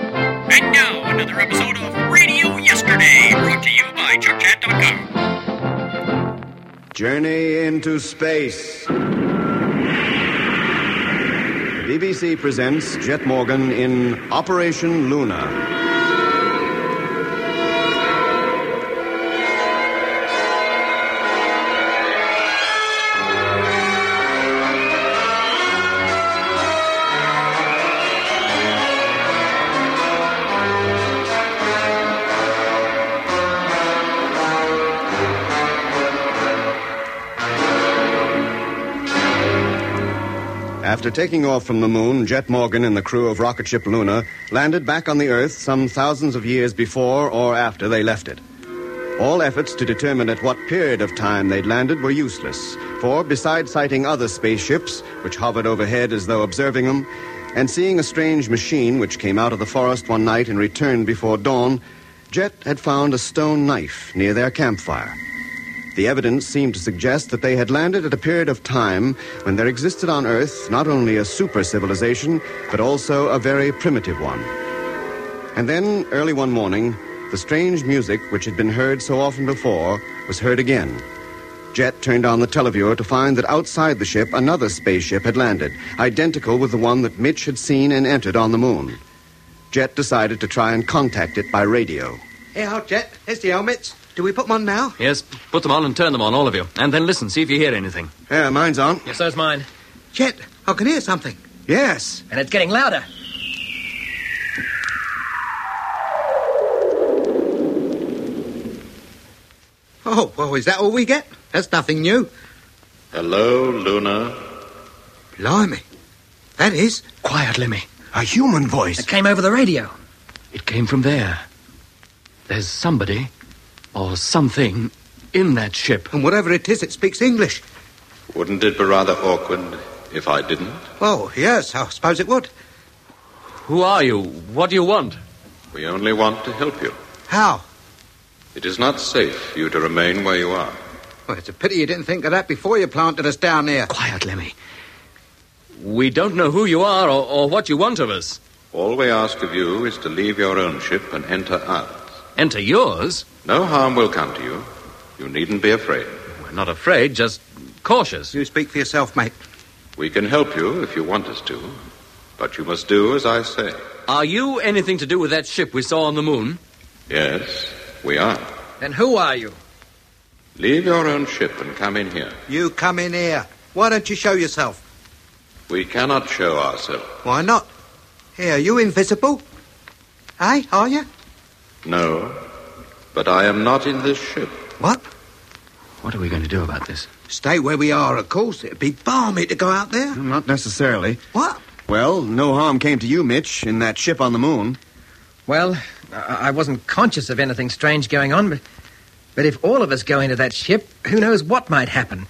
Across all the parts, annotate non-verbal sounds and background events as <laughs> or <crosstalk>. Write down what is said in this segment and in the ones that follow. And now, another episode of Radio Yesterday, brought to you by ChuckChat.com. Journey into space. BBC presents Jet Morgan in Operation Luna. After taking off from the moon, Jet Morgan and the crew of rocket ship Luna landed back on the Earth some thousands of years before or after they left it. All efforts to determine at what period of time they'd landed were useless, for besides sighting other spaceships, which hovered overhead as though observing them, and seeing a strange machine which came out of the forest one night and returned before dawn, Jet had found a stone knife near their campfire. The evidence seemed to suggest that they had landed at a period of time when there existed on Earth not only a super civilization, but also a very primitive one. And then, early one morning, the strange music which had been heard so often before was heard again. Jet turned on the televiewer to find that outside the ship, another spaceship had landed, identical with the one that Mitch had seen and entered on the moon. Jet decided to try and contact it by radio. Here, Hot Jet, here's the helmets. Do we put them on now? Yes, put them on and turn them on, all of you. And then listen, see if you hear anything. Yeah, mine's on. Yes, that's mine. Jet, I can hear something. Yes. And it's getting louder. Oh, well, is that all we get? That's nothing new. Hello, Luna. Blimey. That is. Quiet, Lemmy. A human voice. It came over the radio. It came from there. There's somebody or something in that ship. And whatever it is, it speaks English. Wouldn't it be rather awkward if I didn't? Oh, yes, I suppose it would. Who are you? What do you want? We only want to help you. How? It is not safe for you to remain where you are. Well, it's a pity you didn't think of that before you planted us down here. Quiet, Lemmy. We don't know who you are or, or what you want of us. All we ask of you is to leave your own ship and enter ours. Enter yours? No harm will come to you. You needn't be afraid. We're not afraid, just cautious. You speak for yourself, mate. We can help you if you want us to, but you must do as I say. Are you anything to do with that ship we saw on the moon? Yes, we are. Then who are you? Leave your own ship and come in here. You come in here. Why don't you show yourself? We cannot show ourselves. Why not? Here, are you invisible? Hey, are you? No, but I am not in this ship. What? What are we going to do about this? Stay where we are, of course. It'd be balmy to go out there. Not necessarily. What? Well, no harm came to you, Mitch, in that ship on the moon. Well, I, I wasn't conscious of anything strange going on, but, but if all of us go into that ship, who knows what might happen?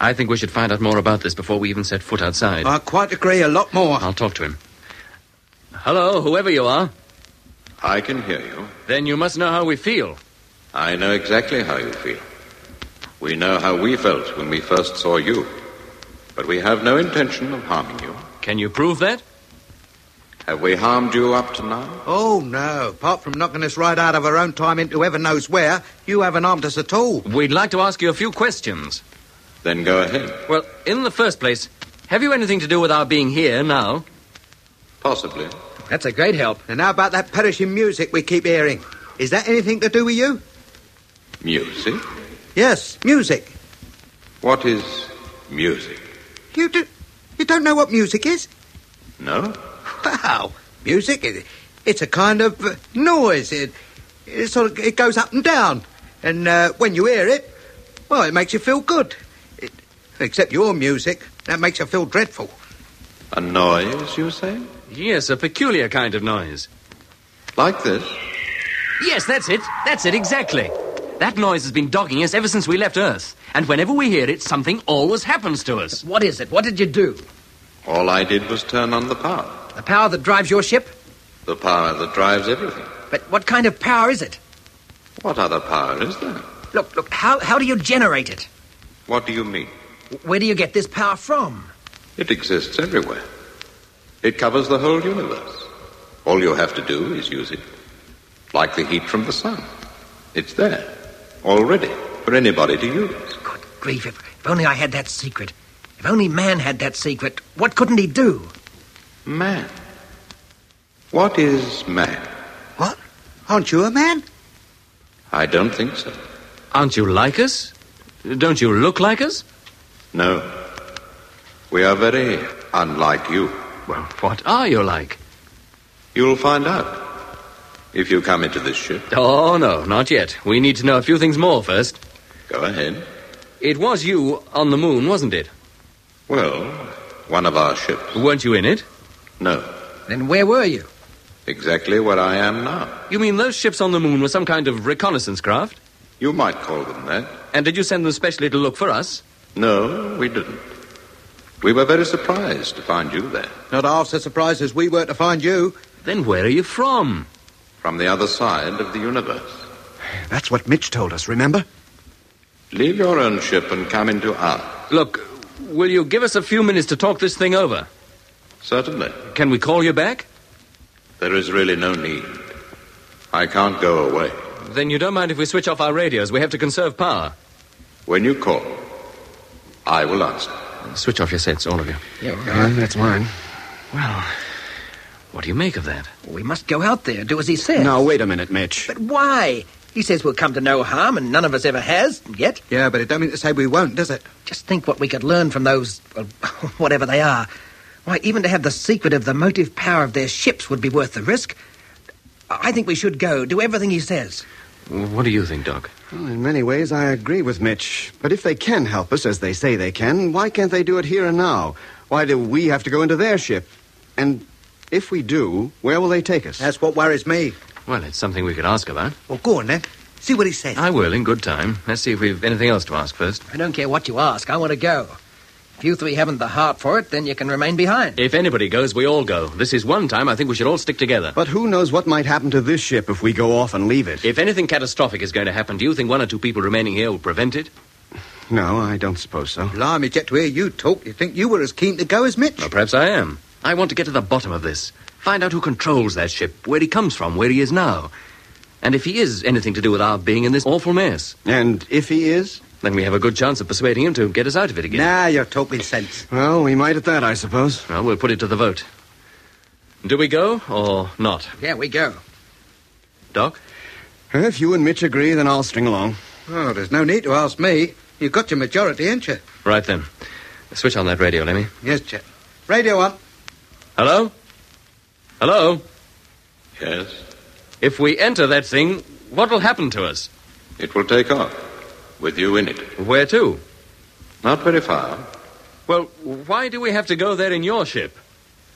I think we should find out more about this before we even set foot outside. I quite agree, a lot more. I'll talk to him. Hello, whoever you are. I can hear you. Then you must know how we feel. I know exactly how you feel. We know how we felt when we first saw you. But we have no intention of harming you. Can you prove that? Have we harmed you up to now? Oh, no. Apart from knocking us right out of our own time into heaven knows where, you haven't harmed us at all. We'd like to ask you a few questions. Then go ahead. Well, in the first place, have you anything to do with our being here now? Possibly. That's a great help. And how about that perishing music we keep hearing? Is that anything to do with you? Music? Yes, music. What is music? You do. You don't know what music is? No? Wow, music. It, it's a kind of uh, noise. It, it sort of it goes up and down, and uh, when you hear it, well, it makes you feel good. It, except your music, that makes you feel dreadful. A noise, you say? Yes, a peculiar kind of noise. Like this? Yes, that's it. That's it, exactly. That noise has been dogging us ever since we left Earth. And whenever we hear it, something always happens to us. What is it? What did you do? All I did was turn on the power. The power that drives your ship? The power that drives everything. But what kind of power is it? What other power is there? Look, look, how, how do you generate it? What do you mean? Where do you get this power from? It exists everywhere. It covers the whole universe. All you have to do is use it. Like the heat from the sun. It's there, already, for anybody to use. Good grief, if, if only I had that secret. If only man had that secret, what couldn't he do? Man. What is man? What? Aren't you a man? I don't think so. Aren't you like us? Don't you look like us? No. We are very unlike you. Well, what are you like? You'll find out if you come into this ship. Oh, no, not yet. We need to know a few things more first. Go ahead. It was you on the moon, wasn't it? Well, one of our ships. Weren't you in it? No. Then where were you? Exactly where I am now. You mean those ships on the moon were some kind of reconnaissance craft? You might call them that. And did you send them specially to look for us? No, we didn't. We were very surprised to find you there. Not half so surprised as we were to find you. Then where are you from? From the other side of the universe. That's what Mitch told us, remember? Leave your own ship and come into ours. Look, will you give us a few minutes to talk this thing over? Certainly. Can we call you back? There is really no need. I can't go away. Then you don't mind if we switch off our radios. We have to conserve power. When you call, I will answer. Switch off your sets, all of you. Yeah, well, that's mine. Well, what do you make of that? we must go out there, do as he says. Now, wait a minute, Mitch. But why? He says we'll come to no harm, and none of us ever has, yet. Yeah, but it don't mean to say we won't, does it? Just think what we could learn from those, well, <laughs> whatever they are. Why, even to have the secret of the motive power of their ships would be worth the risk. I think we should go, do everything he says. What do you think, Doc? Well, in many ways, I agree with Mitch. But if they can help us, as they say they can, why can't they do it here and now? Why do we have to go into their ship? And if we do, where will they take us? That's what worries me. Well, it's something we could ask about. Well, go on then. See what he says. I will in good time. Let's see if we've anything else to ask first. I don't care what you ask, I want to go. If you three haven't the heart for it, then you can remain behind. If anybody goes, we all go. This is one time I think we should all stick together. But who knows what might happen to this ship if we go off and leave it? If anything catastrophic is going to happen, do you think one or two people remaining here will prevent it? No, I don't suppose so. Blimey, Jet, to hear you talk, you think you were as keen to go as Mitch? Well, Uh, perhaps I am. I want to get to the bottom of this. Find out who controls that ship, where he comes from, where he is now. And if he is anything to do with our being in this awful mess, And if he is? then we have a good chance of persuading him to get us out of it again. Now you're talking sense. Well, we might at that, I suppose. Well, we'll put it to the vote. Do we go or not, Yeah, we go. Doc? If you and Mitch agree, then I'll string along. Oh, there's no need to ask me. You've got your majority, ain't you? Right then. Switch on that radio, Lemmy. Yes, Jet. Radio on. Hello? Hello? Yes? If we enter that thing, what will happen to us? It will take off, with you in it. Where to? Not very far. Well, why do we have to go there in your ship?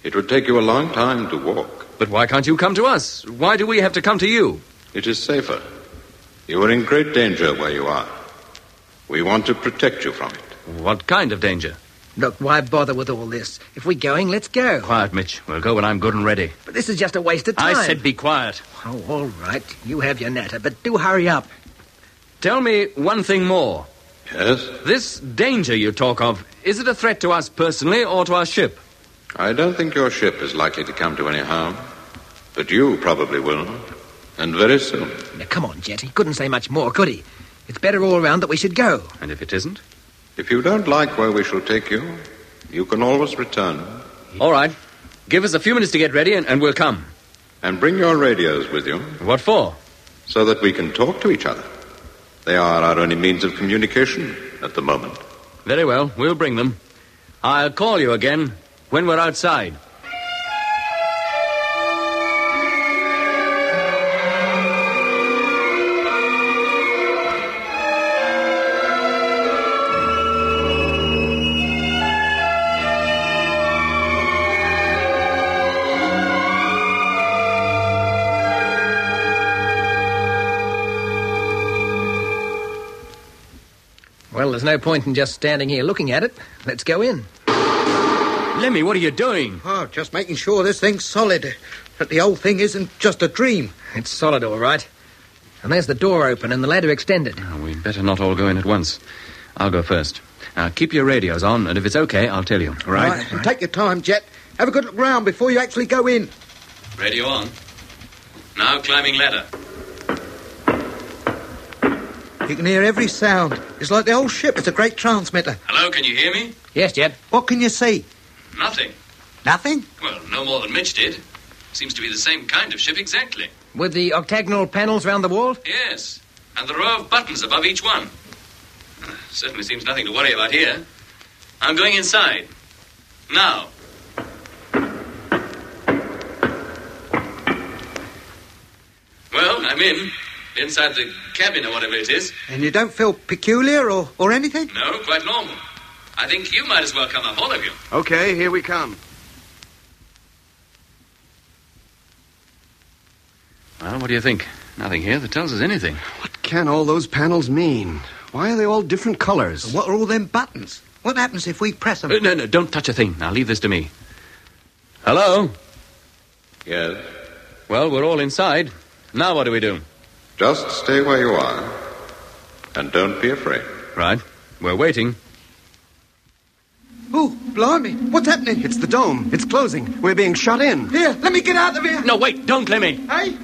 It would take you a long time to walk. But why can't you come to us? Why do we have to come to you? It is safer. You are in great danger where you are. We want to protect you from it. What kind of danger? Look, why bother with all this? If we're going, let's go. Quiet, Mitch. We'll go when I'm good and ready. But this is just a waste of I time. said be quiet. Oh, all right. You have your natter, but do hurry up. Tell me one thing more. Yes? This danger you talk of, is it a threat to us personally or to our ship? I don't think your ship is likely to come to any harm. But you probably will. And very soon. Now, come on, Jet. He couldn't say much more, could he? It's better all round that we should go. And if it isn't? If you don't like where we shall take you, you can always return. All right. Give us a few minutes to get ready and, and we'll come. And bring your radios with you What for? so that we can talk to each other. They are our only means of communication at the moment. Very well. We'll bring them. I'll call you again when we're outside. Well, there's no point in just standing here looking at it. Let's go in. Lemmy, what are you doing? Oh, just making sure this thing's solid. That the old thing isn't just a dream. It's solid, all right. And there's the door open and the ladder extended. We'd Ah, better not all go in at once. I'll go first. Now, keep your radios on, and if it's okay, I'll tell you. Right. and Take your time, Jet. Have a good look round before you actually go in. Radio on. Now climbing ladder. You can hear every sound. It's like the whole ship is a great transmitter. Hello, can you hear me? Yes, Jed. What can you see? Nothing. Nothing? Well, no more than Mitch did. Seems to be the same kind of ship exactly. With the octagonal panels round the wall? Yes, and the row of buttons above each one. <sighs> Uh, Certainly seems nothing to worry about here. I'm going inside. Now. Well, I'm in. Inside the cabin or whatever it is. And you don't feel peculiar or, or anything? No, quite normal. I think you might as well come up, all of you. Okay, here we come. Well, what do you think? Nothing here that tells us <laughs> anything. What can all those panels mean? Why are they all different colors? What are all them buttons? What happens if we press them? Uh, no, no, don't touch a thing. Now leave this to me. Hello? Yes. Well, we're all inside. Now what do we do? Just stay where you are. And don't be afraid. Right. We're waiting. Oh, blimey. What's happening? It's the dome. It's closing. We're being shut in. Here, let me get out of here. No, wait, don't let me. Hey?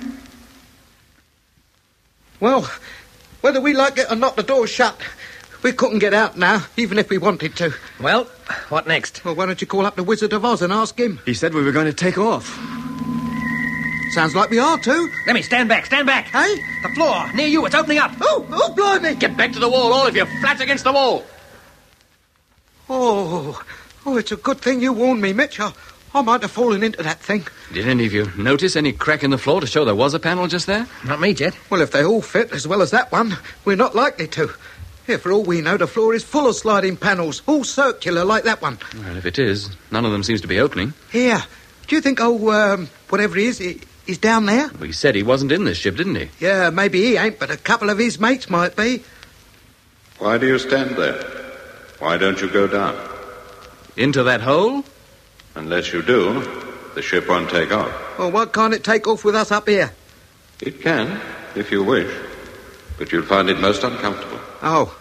Well, whether we like it or not, the door's shut. We couldn't get out now, even if we wanted to. Well, what next? Well, why don't you call up the Wizard of Oz and ask him? He said we were going to take off. Sounds like we are too. Let me stand back, stand back. Hey? The floor, near you, it's opening up. Oh, oh, blimey! Get back to the wall, all of you, flat against the wall. Oh, oh, it's a good thing you warned me, Mitch. I, I might have fallen into that thing. Did any of you notice any crack in the floor to show there was a panel just there? Not me, Jed. Well, if they all fit as well as that one, we're not likely to. Here, for all we know, the floor is full of sliding panels, all circular like that one. Well, if it is, none of them seems to be opening. Here, do you think, oh, um, whatever he is, he, he's down there? Well, he said he wasn't in this ship, didn't he? Yeah, maybe he ain't, but a couple of his mates might be. Why do you stand there? Why don't you go down? Into that hole? Unless you do, the ship won't take off. Well, why can't it take off with us up here? It can, if you wish, but you'll find it most uncomfortable. Oh,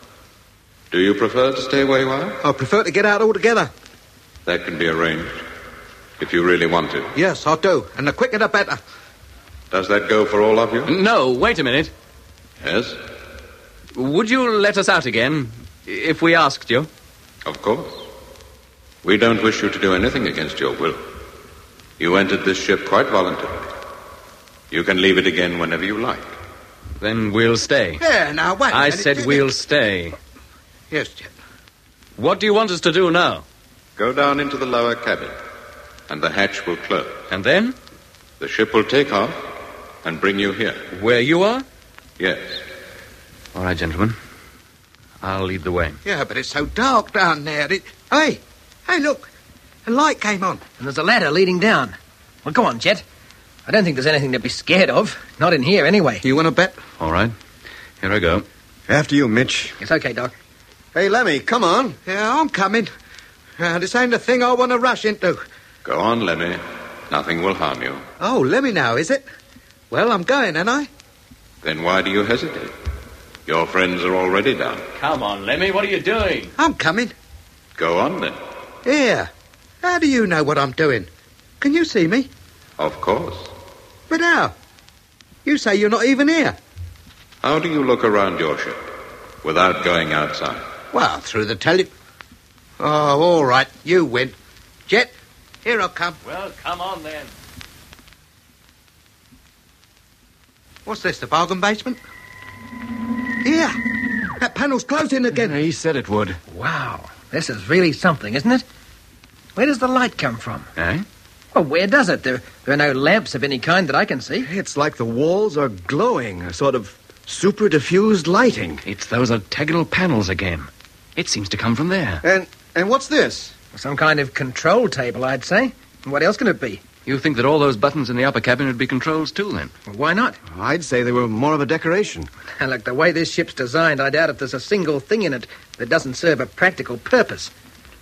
Do you prefer to stay where you are? I prefer to get out altogether. That can be arranged, if you really want to. Yes, I do, and the quicker the better. Does that go for all of you? No, wait a minute. Yes, Would you let us out again if we asked you? of course. We don't wish you to do anything against your will. You entered this ship quite voluntarily. You can leave it again whenever you like. Then we'll stay. Yeah, now wait. a I <laughs> minute, said do we'll this- stay. Yes, Jim. What do you want us to do now? Go down into the lower cabin, and the hatch will close. And then? The ship will take off and bring you here. Where you are? Yes. All right, gentlemen. I'll lead the way. Yeah, but it's so dark down there. It... Hey, hey, look, a light came on. And there's a ladder leading down. Well, go on, Jed. I don't think there's anything to be scared of. Not in here, anyway. You want to bet? All right. Here I go. After you, Mitch. It's okay, Doc. Hey, Lemmy, come on. Yeah, I'm coming. Uh, this ain't the thing I want to rush into. Go on, Lemmy. Nothing will harm you. Oh, let me now, is it? Well, I'm going, ain't I? Then why do you hesitate? Your friends are already down. Come on, Lemmy, what are you doing? I'm coming. Go on then. Here. How do you know what I'm doing? Can you see me? Of course. But how? You say you're not even here. How do you look around your ship without going outside? Well, through the tele. Oh, all right. You win. Jet, here I come. Well, come on then. What's this, the bargain basement? Here. That panel's closing again. He said it would. Wow. This is really something, isn't it? Where does the light come from? Eh? Well, where does it? There, there are no lamps of any kind that I can see. It's like the walls are glowing, a sort of super diffused lighting. It's those octagonal panels again. It seems to come from there. And and what's this? Some kind of control table, I'd say. What else can it be? You think that all those buttons in the upper cabin would be controls too, then? Well, why not? <laughs> I'd say they were more of a decoration. Now, look, the way this ship's designed, I doubt if there's a single thing in it that doesn't serve a practical purpose.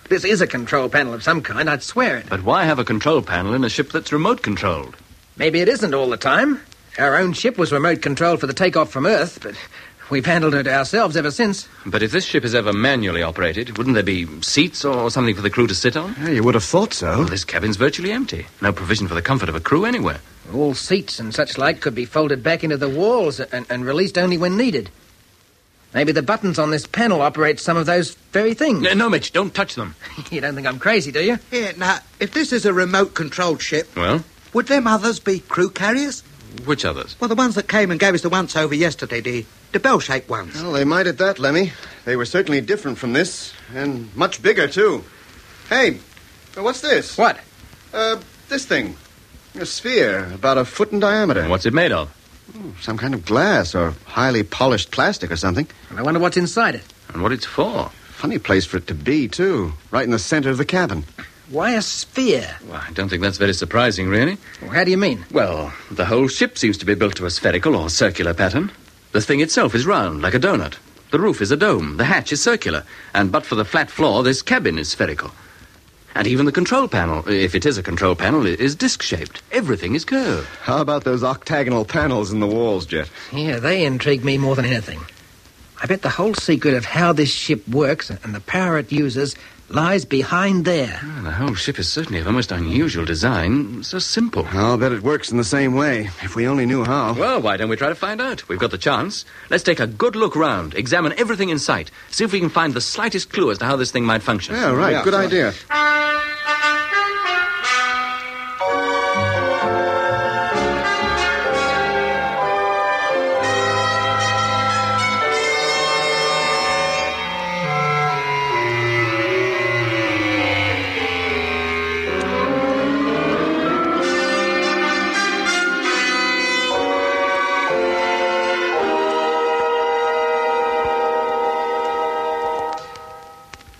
This is a control panel of some kind, I'd swear it. But why have a control panel in a ship that's remote controlled? Maybe it isn't all the time. Our own ship was remote controlled for the takeoff from Earth, but We've handled it ourselves ever since. But if this ship is ever manually operated, wouldn't there be seats or something for the crew to sit on? Yeah, you would have thought so. Well, this cabin's virtually empty. No provision for the comfort of a crew anywhere. All seats and such like could be folded back into the walls and, and released only when needed. Maybe the buttons on this panel operate some of those very things. No, no, Mitch, don't touch them. <laughs> You don't think I'm crazy, do you? Yeah, now, if this is a remote controlled ship, Well, would them others be crew carriers? which others? Well, the ones that came and gave us the once over yesterday, the, the bell shaped ones. Well, they might at that, Lemmy. They were certainly different from this, and much bigger, too. Hey, uh, what's this? What? Uh, this thing. A sphere, about a foot in diameter. What's it made of? Some kind of glass or highly polished plastic or something. And I wonder what's inside it. And what it's for? Funny place for it to be, too. Right in the center of the cabin. Why a sphere? Well, I don't think that's very surprising, really. Well, how do you mean? Well, the whole ship seems to be built to a spherical or circular pattern. The thing itself is round, like a donut. The roof is a dome. The hatch is circular. And but for the flat floor, this cabin is spherical. And even the control panel, if it is a control panel, i- is disc shaped. Everything is curved. How about those octagonal panels in the walls, Jet? Yeah, they intrigue me more than anything. I bet the whole secret of how this ship works and the power it uses lies behind there. Well, Ah, the whole ship is certainly of a most unusual design, so simple. I'll bet it works in the same way, if we only knew how. Well, why don't we try to find out? We've got the chance. Let's take a good look round, examine everything in sight, see if we can find the slightest clue as to how this thing might function. Yeah, right. Good idea.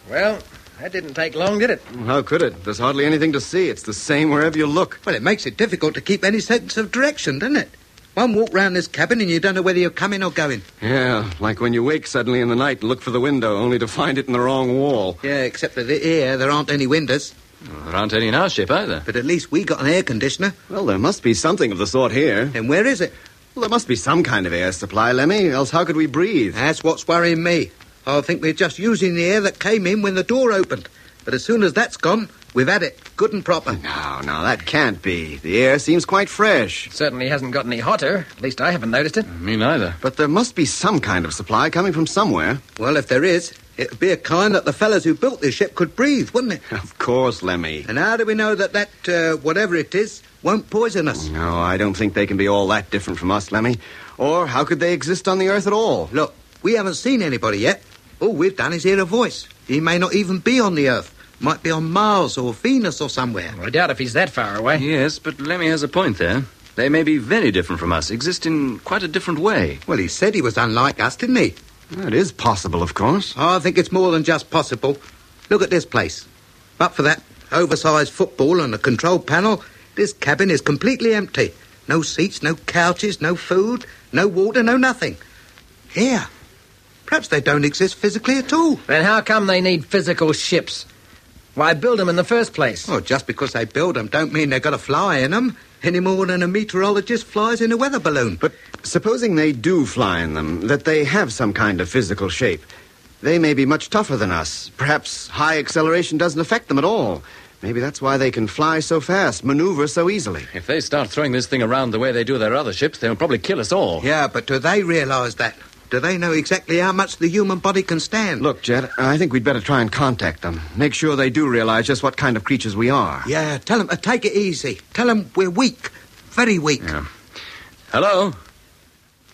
Well, that didn't take long, did it? How could it? There's hardly anything to see. It's the same wherever you look. Well, it makes it difficult to keep any sense of direction, doesn't it? One walk round this cabin and you don't know whether you're coming or going. Yeah, like when you wake suddenly in the night and look for the window, only to find it in the wrong wall. Yeah, except that here there aren't any windows. Well, there aren't any in our ship either. But at least we got an air conditioner. Well, there must be something of the sort here. And where is it? Well, there must be some kind of air supply, Lemmy, else how could we breathe? That's what's worrying me. I think we're just using the air that came in when the door opened. But as soon as that's gone, we've had it, good and proper. No, no, that can't be. The air seems quite fresh. Certainly hasn't got any hotter. At least I haven't noticed it. Me neither. But there must be some kind of supply coming from somewhere. Well, if there is, it'd be a kind that the fellas who built this ship could breathe, wouldn't it? Of course, Lemmy. And how do we know that that, uh, whatever it is, won't poison us? No, I don't think they can be all that different from us, Lemmy. Or how could they exist on the Earth at all? Look, we haven't seen anybody yet. All we've done is hear a voice. He may not even be on the Earth. Might be on Mars or Venus or somewhere. I doubt if he's that far away. Yes, but Lemmy has a point there. They may be very different from us, exist in quite a different way. Well, he said he was unlike us, didn't he? It is possible, of course. I think it's more than just possible. Look at this place. But for that oversized football and the control panel, this cabin is completely empty. No seats, no couches, no food, no water, no nothing. Here. Perhaps they don't exist physically at all. Then how come they need physical ships? Why build them in the first place? Well, just because they build them don't mean they've got a fly in them, any more than a meteorologist flies in a weather balloon. But supposing they do fly in them, that they have some kind of physical shape, they may be much tougher than us. Perhaps high acceleration doesn't affect them at all. Maybe that's why they can fly so fast, maneuver so easily. If they start throwing this thing around the way they do their other ships, they'll probably kill us all. Yeah, but do they realise that? Do they know exactly how much the human body can stand? Look, Jet, I think we'd better try and contact them. Make sure they do realize just what kind of creatures we are. Yeah, tell them to take it easy. Tell them we're weak. Very weak. Hello?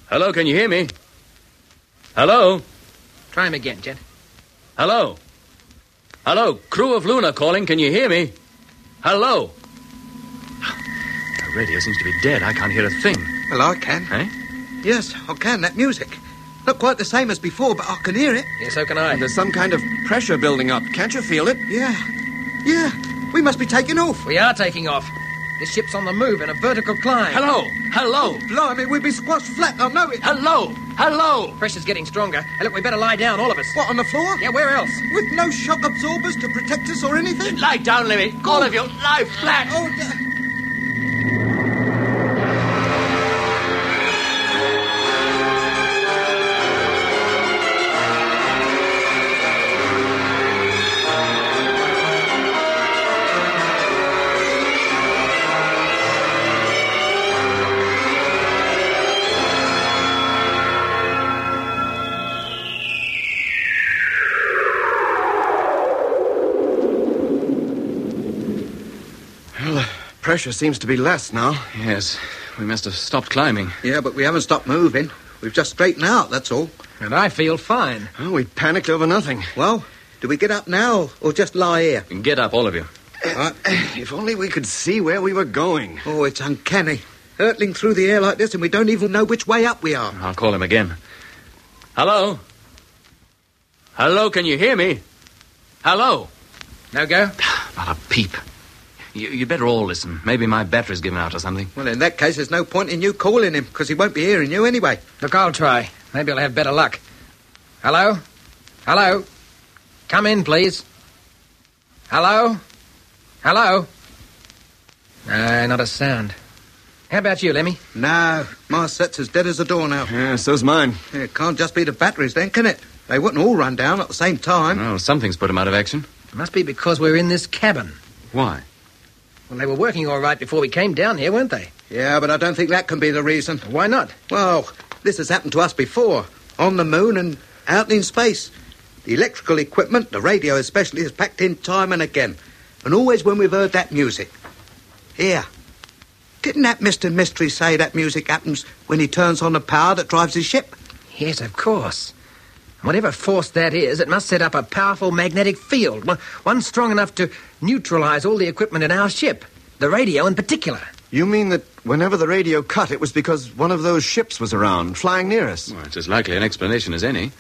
Hello, can you hear me? Hello? Try him again, Jet. Hello? Hello? Crew of Luna calling, can you hear me? Hello? The radio seems to be dead. I can't hear a thing. Well, I can. Eh? Yes, I can. That music. Not quite the same as before, but I can hear it. Yeah, so can I. There's some kind of pressure building up. Can't you feel it? Yeah. Yeah. We must be taking off. We are taking off. The ship's on the move in a vertical climb. Hello? Hello? Blimey, we'd be squashed flat. I know it. Hello? Hello? Pressure's getting stronger. Hey, look, we better lie down, all of us. What, on the floor? Yeah, where else? With no shock absorbers to protect us or anything? Lie down, Lemmy. All of you, lie flat. Oh, d- pressure seems to be less now. Yes, we must have stopped climbing. Yeah, but we haven't stopped moving. We've just straightened out, that's all. And I feel fine. Oh, we panicked over nothing. Well, do we get up now or just lie here? Get up, all of you. <coughs> Right. If only we could see where we were going. Oh, it's uncanny. Hurtling through the air like this, and we don't even know which way up we are. I'll call him again. Hello? Hello, can you hear me? Hello? No go? Not a peep. You, you'd better all listen. Maybe my battery's given out or something. Well, in that case, there's no point in you calling him, because he won't be hearing you anyway. Look, I'll try. Maybe I'll have better luck. Hello? Hello? Come in, please. Hello? Hello? No, not a sound. How about you, Lemmy? No, my set's as dead as a doornail. Yeah, so's mine. It can't just be the batteries then, can it? They wouldn't all run down at the same time. Well, something's put him out of action. Must be because we're in this cabin. Why? Well, they were working all right before we came down here, weren't they? Mm-hmm. Yeah, but I don't think that can be the reason. Why not? Well, this has happened to us before, on the moon and out in space. The electrical equipment, the radio especially, is packed in time and again, and always when we've heard that music. Here. Didn't that Mr. Mystery say that music happens when he turns on the power that drives his ship? Yes, of course. Whatever force that is, it must set up a powerful magnetic field, one, one strong enough to neutralize all the equipment in our ship, the radio in particular. You mean that whenever the radio cut, it was because one of those ships was around, flying near us? Well, it's as likely an explanation as any.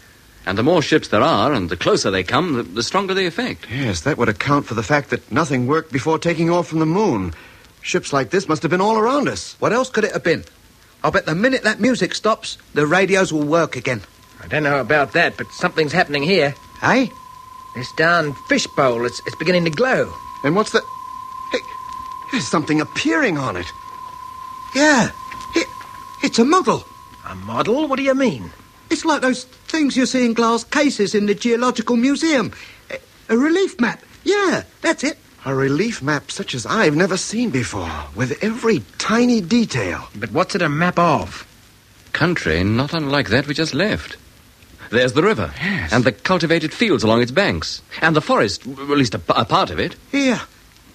And the more ships there are, and the closer they come, the, the stronger the effect. Yes, that would account for the fact that nothing worked before taking off from the moon. Ships like this must have been all around us. What else could it have been? I'll bet the minute that music stops, the radios will work again. I don't know about that, but something's happening here. Eh? This darn fishbowl, it's, it's beginning to glow. And what's that? Hey, there's something appearing on it. Yeah. It, it's a model. A model? What do you mean? It's like those things you see in glass cases in the Geological Museum. A, a relief map. Yeah, that's it. A relief map such as I've never seen before, with every tiny detail. But what's it a map of? Country not unlike that we just left. There's the river, Yes. and the cultivated fields along its banks, and the forest, w- at least a, p- a part of it. Here.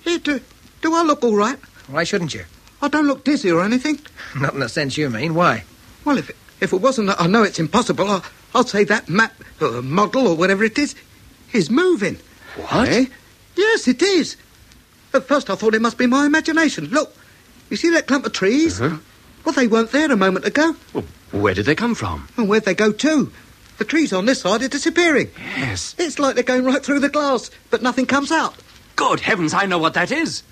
Here, do, do I look all right? Why shouldn't you? <laughs> I don't look dizzy or anything. Not in the sense you mean. Why? Well, if, if it wasn't that I know it's impossible, I, I'll say that map, uh, model, or whatever it is, is moving. What? Eh? Yes, it is. At first I thought it must be my imagination. Look, you see that clump of trees? Uh-huh. Well, they weren't there a moment ago. Where did they come from? And where'd they go to? The trees on this side are disappearing. Yes. It's like they're going right through the glass, but nothing comes out. Good heavens, I know what that is.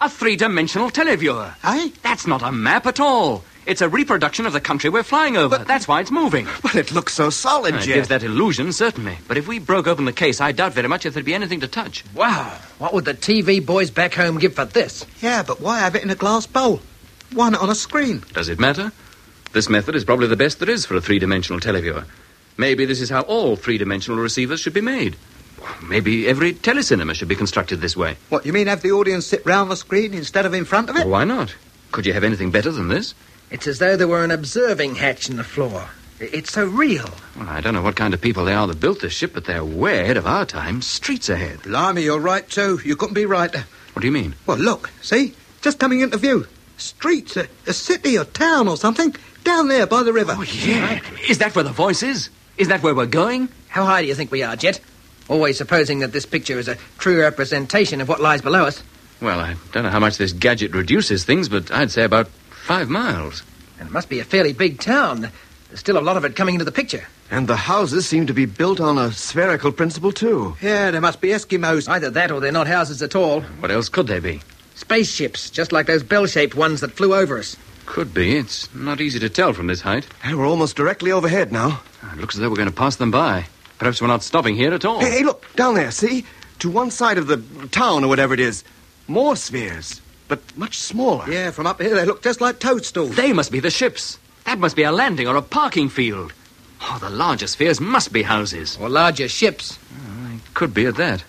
A three dimensional televiewer. Eh? That's not a map at all. It's a reproduction of the country we're flying over. That's why it's moving. But it looks so solid, It Jeff. gives that illusion, certainly. But if we broke open the case, I doubt very much if there'd be anything to touch. Wow. What would the TV boys back home give for this? Yeah, but why have it in a glass bowl? Why not on a screen? Does it matter? This method is probably the best there is for a three dimensional televiewer. Maybe this is how all three dimensional receivers should be made. Maybe every telecinema should be constructed this way. What, you mean have the audience sit round the screen instead of in front of it? why not? Could you have anything better than this? It's as though there were an observing hatch in the floor. I- It's so real. Well, I don't know what kind of people they are that built this ship, but they're way ahead of our time, streets ahead. Blimey, you're right, too. You couldn't be right. What do you mean? Well, look, see? Just coming into view. Streets, a, a city or town or something, down there by the river. Yeah. Is that where the voice is? Is that where we're going? How high do you think we are, Jet? Always supposing that this picture is a true representation of what lies below us. Well, I don't know how much this gadget reduces things, but I'd say about five miles. And it must be a fairly big town. There's still a lot of it coming into the picture. And the houses seem to be built on a spherical principle, too. Yeah, there must be Eskimos. Either that or they're not houses at all. What else could there be? Spaceships, just like those bell shaped ones that flew over us. Could be. It's not easy to tell from this height. Hey, we're almost directly overhead now. It looks as though we're going to pass them by. Perhaps we're not stopping here at all. Hey, hey, look, down there, see? To one side of the town or whatever it is. More spheres, but much smaller. Yeah, from up here they look just like toadstools. They must be the ships. That must be a landing or a parking field. Oh, the larger spheres must be houses. Or larger ships. Could be at that.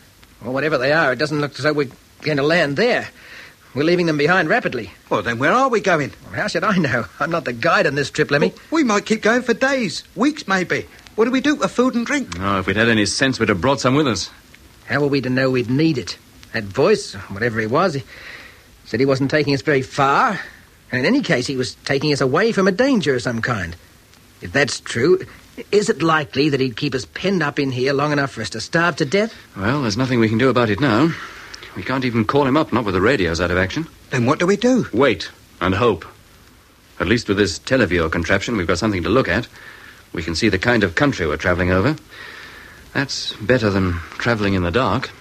Or whatever they are, it doesn't look as though we're going to land there. We're leaving them behind rapidly. Well, then where are we going? Well, How should I know? <laughs> I'm not the guide on this trip, Lemmy. We might keep going for days, weeks maybe. What do we do for food and drink? Oh, if we'd had any sense, we'd have brought some with us. How were we to know we'd need it? That voice, whatever he was, he, Said he wasn't taking us very far, and in any case, he was taking us away from a danger of some kind. If that's true, is it likely that he'd keep us penned up in here long enough for us to starve to death? Well, there's nothing we can do about it now. We can't even call him up, not with the radios out of action. Then what do we do? Wait and hope. At least with this televiewer contraption, we've got something to look at. We can see the kind of country we're traveling over. That's better than traveling in the dark.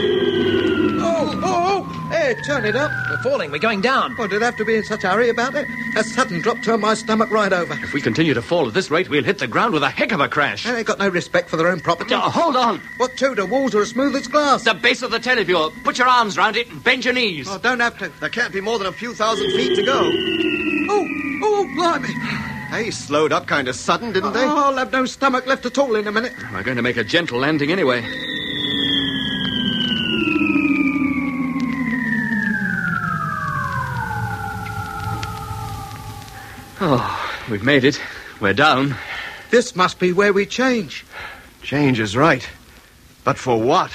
Oh, oh, oh! Hey, turn it up. We're falling, we're going down. Well, did I have to be in such a hurry about it? That sudden drop turned my stomach right over. If we continue to fall at this rate, we'll hit the ground with a heck of a crash. Uh, And they got no respect for their own property. Now, hold on. What two? The walls are as smooth as glass. The base of the televiewer. Put your arms round it and bend your knees. Oh, don't have to. There can't be more than a few thousand feet to go. Oh, oh, blimey. They slowed up kind of sudden, didn't they? Oh, I'll have no stomach left at all in a minute. We're going to make a gentle landing anyway. Oh, we've made it. We're down. This must be where we change. Change is right. But for what?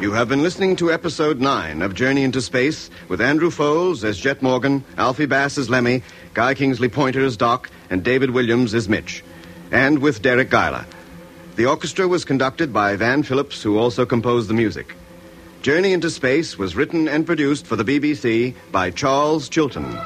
You have been listening to episode 9 of Journey into Space with Andrew Foles as Jet Morgan, Alfie Bass as Lemmy, Guy Kingsley Pointer as Doc, and David Williams as Mitch, and with Derek Giler. The orchestra was conducted by Van Phillips, who also composed the music. Journey into Space was written and produced for the BBC by Charles Chilton.